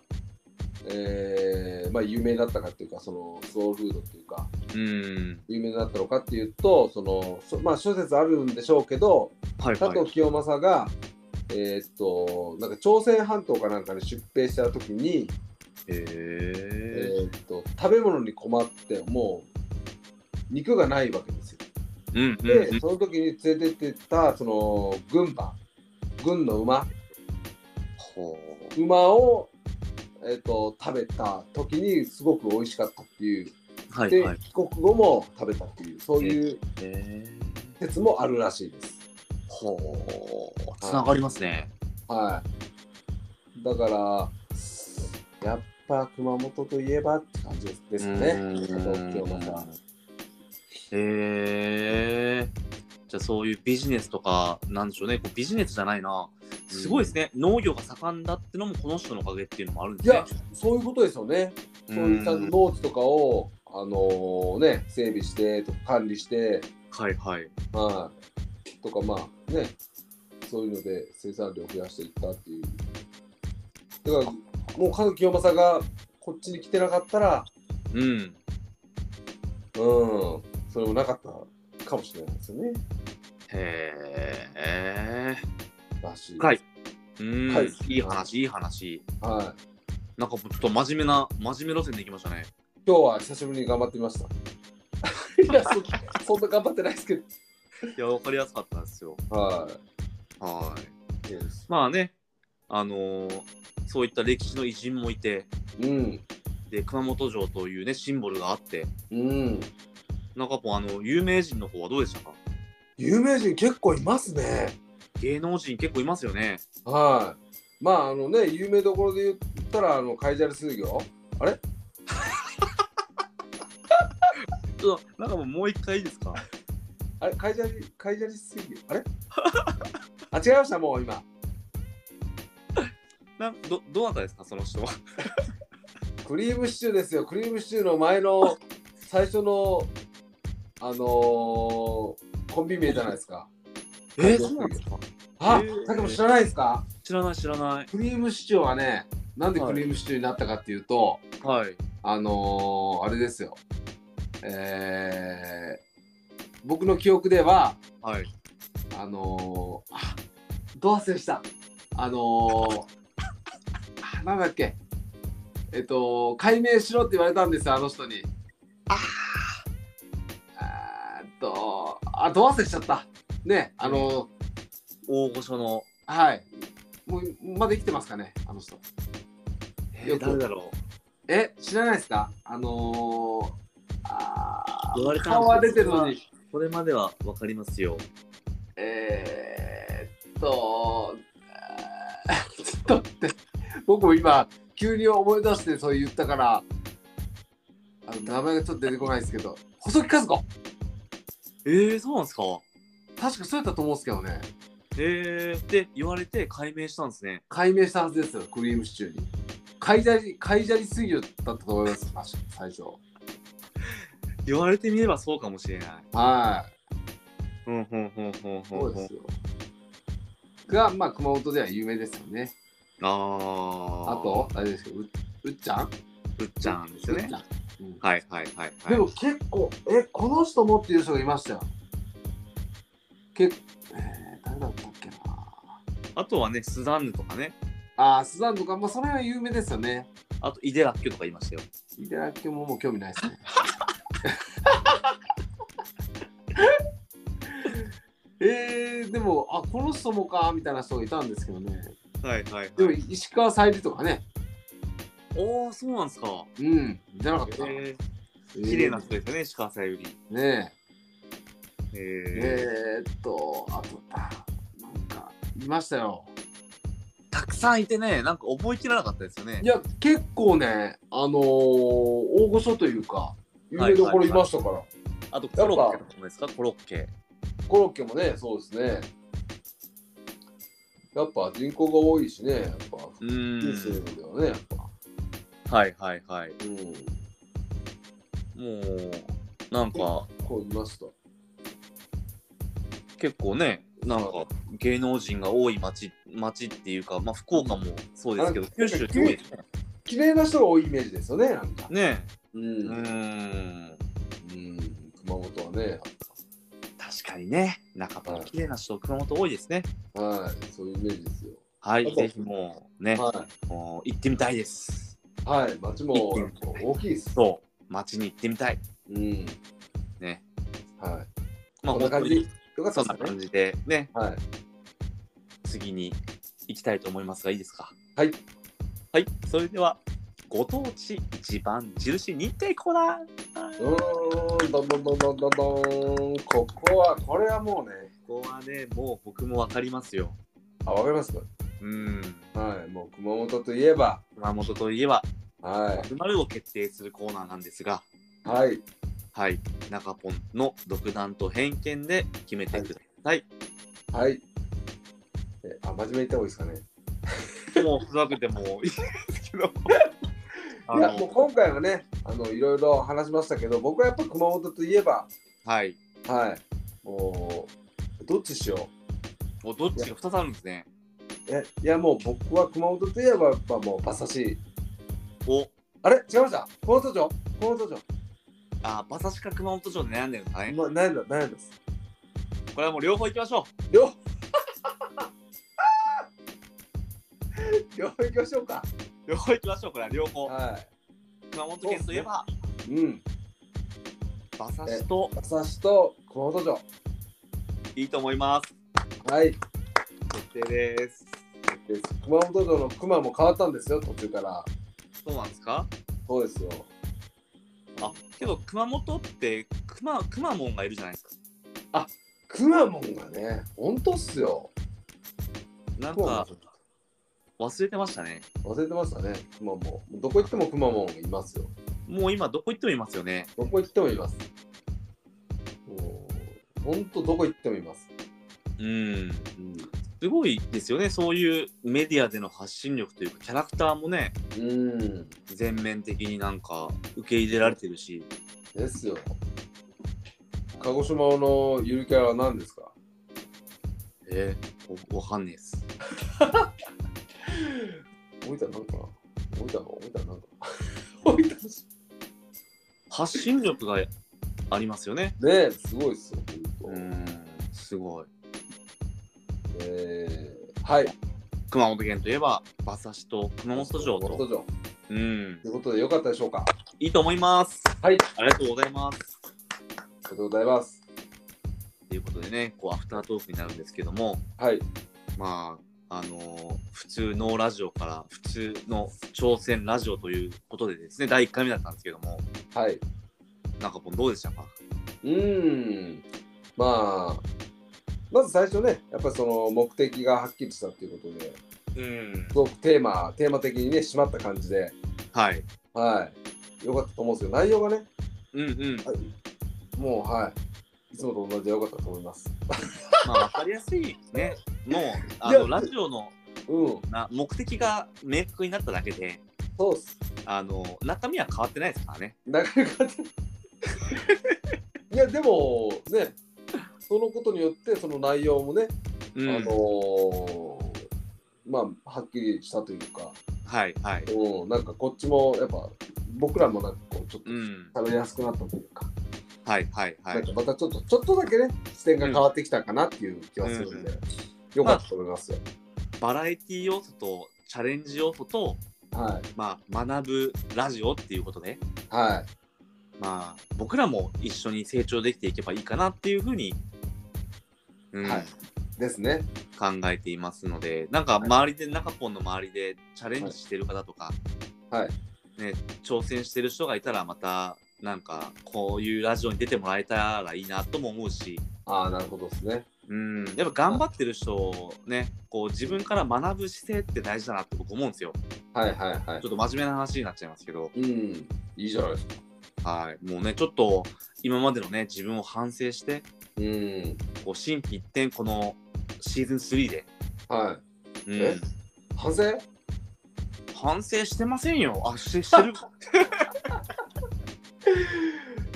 えーまあ、有名になったかっていうかそのソウルフードっていうかうん。有名になったのかっていうとそのそまあ諸説あるんでしょうけどはい加はい。藤清正が、えーっとなんか朝鮮半島かなんかに出兵した時に、えへえ。ーっと食べ物に困ってもう肉がないわけですよ。うんうんで、うん。その時に連れてってたその軍馬軍の馬ほう。馬を、えーっと食べた時にすごく美味しかったっていうはで、いはい。帰国後も食べたっていうそういうへー説もあるらしいです。ほう。つながりますね。はい。だから、やっぱ熊本といえばって感じですね。東京のさ。へえ。じゃあそういうビジネスとかなんでしょうね。こうビジネスじゃないな。すごいですね。農業が盛んだってのもこの人のおかげっていうのもあるんでいすねや。、そういうことですよね。そういうちゃんと農地とかを、あのーね、整備してとか管理して、はいはい。はい。とか、まあね、そういうので生産量を増やしていったっていう。だから、もう、神木清正がこっちに来てなかったら、うん。うん、それもなかったかもしれないですよね。へえ。らしい。深い。。うん、はいい、い話、いい話。はい。なんかちょっと真面目な、真面目路線でいきましたね。今日は久しぶりに頑張ってみました。 いやそ、そんな頑張ってないですけいや、わかりやすかったですよ。ど。はい。はい。そうですまあね、あのーそういった歴史の偉人もいて、うん。で、熊本城というね、シンボルがあって、うん。中ポン、あの、有名人の方はどうでしたか有名人結構いますね。芸能人結構いますよね。はい。まあ、あのね、有名どころで言ったら、あの、カイジャル水魚。ちょっと、なんかもうもう一回いいですかあれ、カイジャリ、カイジャリ水魚。 あれあ、違いました、もう今。 なんど、どなたですか、その人は。クリームシチューですよ。クリームシチューの前の、最初の、あのーコンビ名じゃないですか。えー、そうなんですかあへー、さっきも知らないですか知らない、知らない。クリームシチューはね、なんでクリームシチューになったかっていうと、はい。あのーあれですよ。えー、僕の記憶では、はい。あのー、あどう忘れした。あのー、あなんだっけ。えっと、解明しろって言われたんですよ、あの人に。あーえっと、あ、ど忘れしちゃった。ね、あのー、大御所の、はい。もう、まだ生きてますかね、あの人。えよー、く誰だろえ、知らないですかあのー、あ言われーたんです顔は出てるのに。う。これまではわかりますよ。えー、っと、 あーちょっと待って、僕も今、急に思い出してそう言ったから、あの名前がちょっと出てこないですけど、細木和子、えー、そうなんですか確かそうやったと思うんですけどね、えー、って言われて解明したんですね。解明したはずですよ、クリームシチューに。カイジャリ、カイジャリ水魚だったと思います、確か最初。言われてみればそうかもしれない。はい、うんうんうんうんそううんうでんす。よ。が、まあ、熊本では有名ですよね。あああ。と、あれですけど、ううっちゃんうっちゃんですようっねち。ゃんうんはいはいはいはい。でも結構、え、この人もっていう人がいましたよ。けえー、誰だったっけな。あとはね、スザンヌとかね。あー、スザンとか、まあ、その辺は有名ですよね。あと、イデラッキョとかいましたよ。いただきももう興味ないですね。 えー、でも、あ、この人もか、みたいな人がいたんですけどね。はいはいではも、い。石川さゆりとかね。おお、そうなんですか。うん、じゃなかったかな。ええーー綺麗な人ですよね、石川さゆり。ねえー、え。えー、っと、あと、あなんか、いましたよ。たくさんいてね、なんか覚えきらなかったですよねい。や、結構ね、あのー大御所というか、有名どころいましたから、あと、コロッケとかもですか、コロッケ。コロッケもね、そうですね。やっぱ人口が多いしね、やっぱ、う九ー州ん。ではね、やっぱ。はいはいはい。うん、もう、なんか、こういました。結構ね、なんか、芸能人が多い町、町っていうか、まあ、福岡もそうですけど、あ九州って多いですね。綺麗な人が多いイメージですよね、なんか。ねうんえ。うーん。うん熊本はね、確かにね、中田は綺麗な人、熊本多いですね。はい、そういうイメージですよ。はいあ、とぜひもうね、はもう行ってみたいです。い、はい、町も大きいです。そう、町に行ってみたい。うん、ね。はい。まあ、こんな感じ本。よか当ったにそんなです感ね。じでね、はい。次に行きたいと思いますが、いいですか。はい。はい、それでは、ご当地一番印認定コーナー。うーん、どんどんどんどんどんどん。ここは、これはもうね、ここはね、もう僕もわかりますよ。あ、わかりますうん。はい、もう熊本といえば、熊本といえば、は丸を決定するコーナーなんですが、い、はい、はい、中ポンの独断と偏見で決めてください。はい。え、あ、真面目に言った方がいいですかね。もう、少なくてもいいです けど。あいや、もうの今回はね、あの、いろいろ話しましたけど、僕はやっぱ熊本といえば、はい。はい、もう、どっちしよもうどっちが2つあるんですね。う。え、いや、もう僕は熊本といえば、やっぱもう馬刺し。お、あれ違いました熊本城熊本城あ、馬刺しか熊本城で悩んでるんですかね。まあ、悩んだ、悩んだっす。これはもう両方行きましょ 両両方行きましょうか。う。両方行きましょう。これは両方。は熊本県といえば、い。うん。馬刺しと馬刺しと熊本城。いいと思います。はい。決定です。で熊本城の熊も変わったんですよ、途中から。そうなんですかそうですよ。あ、けど熊本って熊、熊門がいるじゃないですか。熊門がね、本当っすよ。なん熊か門忘れてましたね。忘れてましたね、熊門。もうどこ行っても熊門いますよ。もう今どこ行ってもいますよね。どこ行ってもいます。もう、本当どこ行ってもいます。うん。うん。すごいですよね。そういうメディアでの発信力というか、キャラクターもね、うん。全面的になんか受け入れられてるし。ですよ。鹿児島のゆるキャラは何ですかえー、わわかんないです。大分なんかな大分の大分なんかな 大分のし発信力がありますよね。ねえ、すごいっすよ、ほうんと。ん、すごい。えー、はい。熊本県といえば、馬刺しと熊本城熊本と。城。うんとい、うことで、よかったでしょうか。いいと思います。はい。ありがとうございます。ありがとうございます。ということでね、こうアフタートークになるんですけども、はい。まあ、あのー普通のラジオから普通の挑戦ラジオということでですね、第1回目だったんですけども、はい。なんかもうどうでしたかうーん。まあ、まず最初ね、やっぱりその目的がはっきりしたっていうことで、うんす。ごくテーマ、テーマ的にね、締まった感じで、はい。はい。よかったと思うんですけど、内容がね、うんうん。もう、はい。いつもと同じでよかったと思います。まあ、わかりやすい ね。もう、あいの、やラジオのうん。な目的が明確になっただけで、そうっす。あの、中身は変わってないですからね。なかなか いやでもねそのことによってその内容もね、うん。あのーまあはっきりしたというか、はいはい。うん、なんかこっちもやっぱ僕らもなんかこうちょっとうん。食べやすくなったというか、はいはいはないん。かまたちょっとちょっとだけね視点が変わってきたかなっていう気はするんで、よかったと思いますよ。バラエティ要素とチャレンジ要素と、はまあ、学ぶラジオっていうことで、いはいまあ、僕らも一緒に成長できていけばいいかなっていうふうに、うんはいですね。考えていますので、なんか周りで、中ポンの周りでチャレンジしてる方とか、はいね、挑戦してる人がいたら、また、なんか、こういうラジオに出てもらえたらいいなとも思うし、ああなるほどですね。うん、やっぱ頑張ってる人をね、こう自分から学ぶ姿勢って大事だなって僕思うんですよ。はいはいはいちょ。っと真面目な話になっちゃいますけど、うんいいじゃないですか。はい、もうね、ちょっと今までのね、自分を反省して、うんこう心機一転、このシーズン3で、はうんえい反省反省してませんよ。あ、してしてる。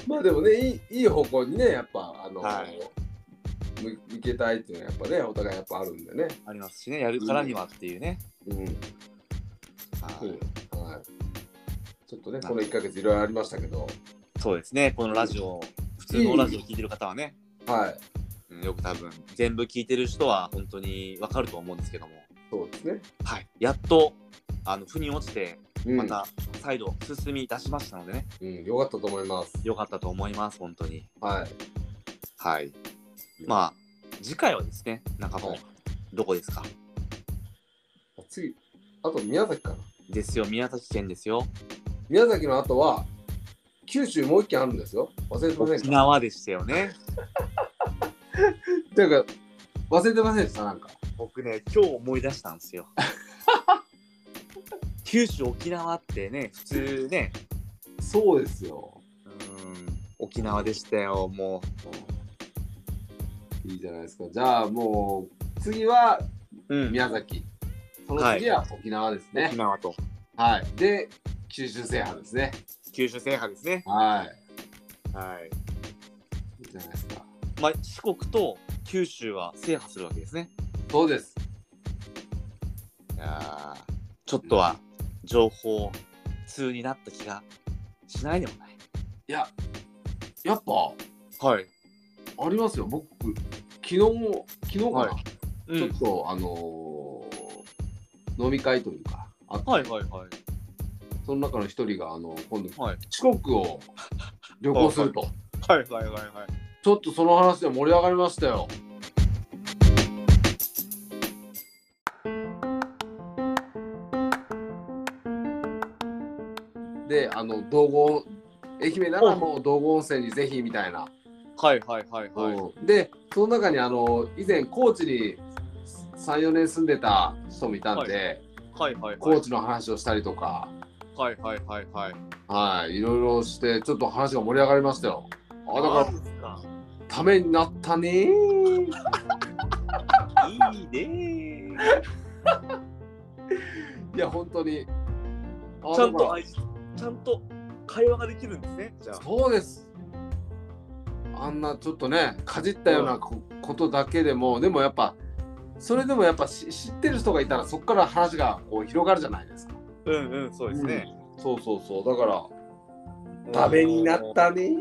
まあでもねいいいい方向にねやっぱあの、はいむ向けたいっていうのはやっぱねお互いやっぱあるんでね。あります しね、やるからにはっていうね。うんはそいうはい、ちょっとねなるほどこの1か月いろいろありましたけど、そうですね、このラジオ、普通のラジオ聞いてる方はね、はいうんよく多分、全部聞いてる人は本当にわかると思うんですけども、そうですね。はい、やっと、あの、腑に落ちて、うん、また再度進み出しましたのでね、うん、よかったと思います。良かったと思います、本当に。はい。はい。まあ、次回はですね、中本、はいどこですか次あと宮崎かな。ですよ、宮崎県ですよ。宮崎の後は九州もう一軒あるんですよ。忘れてません沖か。縄でしたよね。というか忘れてませんでしたなんか。僕ね、今日思い出したんですよ。 九州、沖縄ってね、普通ね、そうですよ。うーん、沖縄でしたよ、もいいじゃないですか。じゃあもう次はう。うん、宮崎。その次は沖縄ですね沖。縄とはい。で、九州制覇ですね。九州制覇ですね。ははい。い。いいじゃないですか。まあ、四国と九州は制覇するわけですね。そうです。いやーちょっとは情報通になった気がしないでもない。いや、やっぱはい。ありますよ僕昨日も昨日かな、はうちょっん。とあのー飲み会というかあってはいはいはい。その中の一人があの今度はい四国を旅行すると、はいはいはいはい。ちょっとその話で盛り上がりましたよ。で、あの道後愛媛ならもう道後温泉にぜひみたいな、はいはいはいはい。うんでその中にあの以前高知に34年住んでた人もいたんで、はいはいはい。高知の話をしたりとか、はいはいはいはい。はい、いろいろしてちょっと話が盛り上がりましたよ。あだからためになったねー。ら。いいねー。いや、本当に。あちゃんだとか愛し、ちゃんと会話ができるんですね。じゃらあ。そうです。あんなちょっとね、かじったようなこことだけでも、でもやっぱ、それでもやっぱし知ってる人がいたら、そこから話がこう広がるじゃないですか。うんうん、そうですね。そうそうそう、だから、食べたね。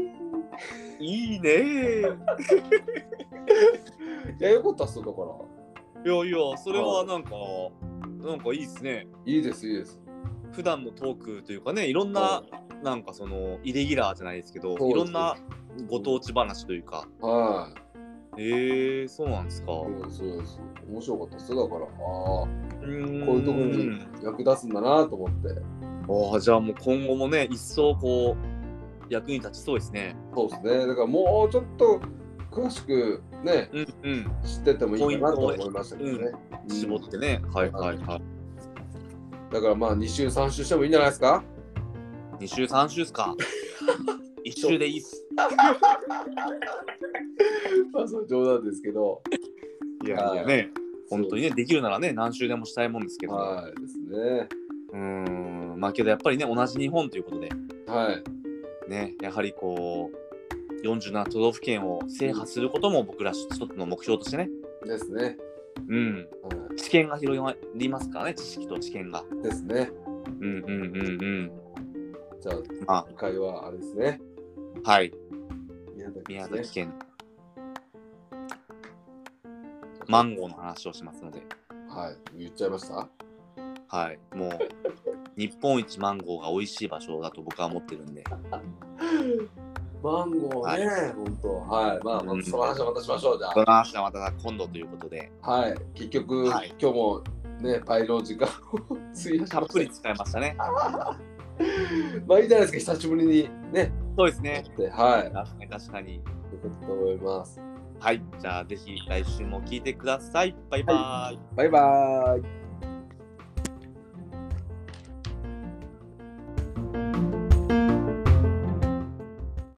いいねー。いや、よかったっすよ、だから。いやいや、それはなんか、なんかいいですね。いいです、いいです。普段のトークというかね、いろんな、なんかその、イレギュラーじゃないですけど、そういですろんなご当地話というか。はえー、そうなんですか。い。うそうです、そうです。面白かったっすよ、だから、ああ、こーんういうとこに役立つんだなと思って。ああ、じゃあもう今後もね、一層こう、役に立ちそうですね。そうですね、だからもうちょっと詳しくね、うんうん。知っててもいいかなと思いましたけどね。うん絞ってね。はいはいはい。だからまあ2週3週してもいいんじゃないですか2週3週っす か。1週でいいっす。まあそれ冗談ですけど。いやいやね。本当にね、できるならね、何週でもしたいもんですけど。うはいですね。ーん。まあけどやっぱりね、同じ日本ということで、はい。ね、やはりこう、47都道府県を制覇することも僕ら一つの目標としてね。ですね。うん。は知見が広がりますからね、知識と知見が。い、ですね。うんうんうんうん。じゃあま今回はあれですね。あ、はい。宮崎で宮すね崎。県、マンゴーの話をしますので、はい。言っちゃいましたはい、もう日本一マンゴーが美味しい場所だと僕は思ってるんで、マンゴーね、本当。はい。まあ、まうあ、んその話はまたしましょう。じゃその話はまた今度ということで、あ。はい。結局、はい今日もね、パイロン時間を 費やしたっぷり使いましたね。まあいいじゃないですか、久しぶりにね。そうですやっね。てはい。確かに確かに。よかったと思います。はい、じゃあぜひ来週も聞いてください。バイバイ。バイバーイ。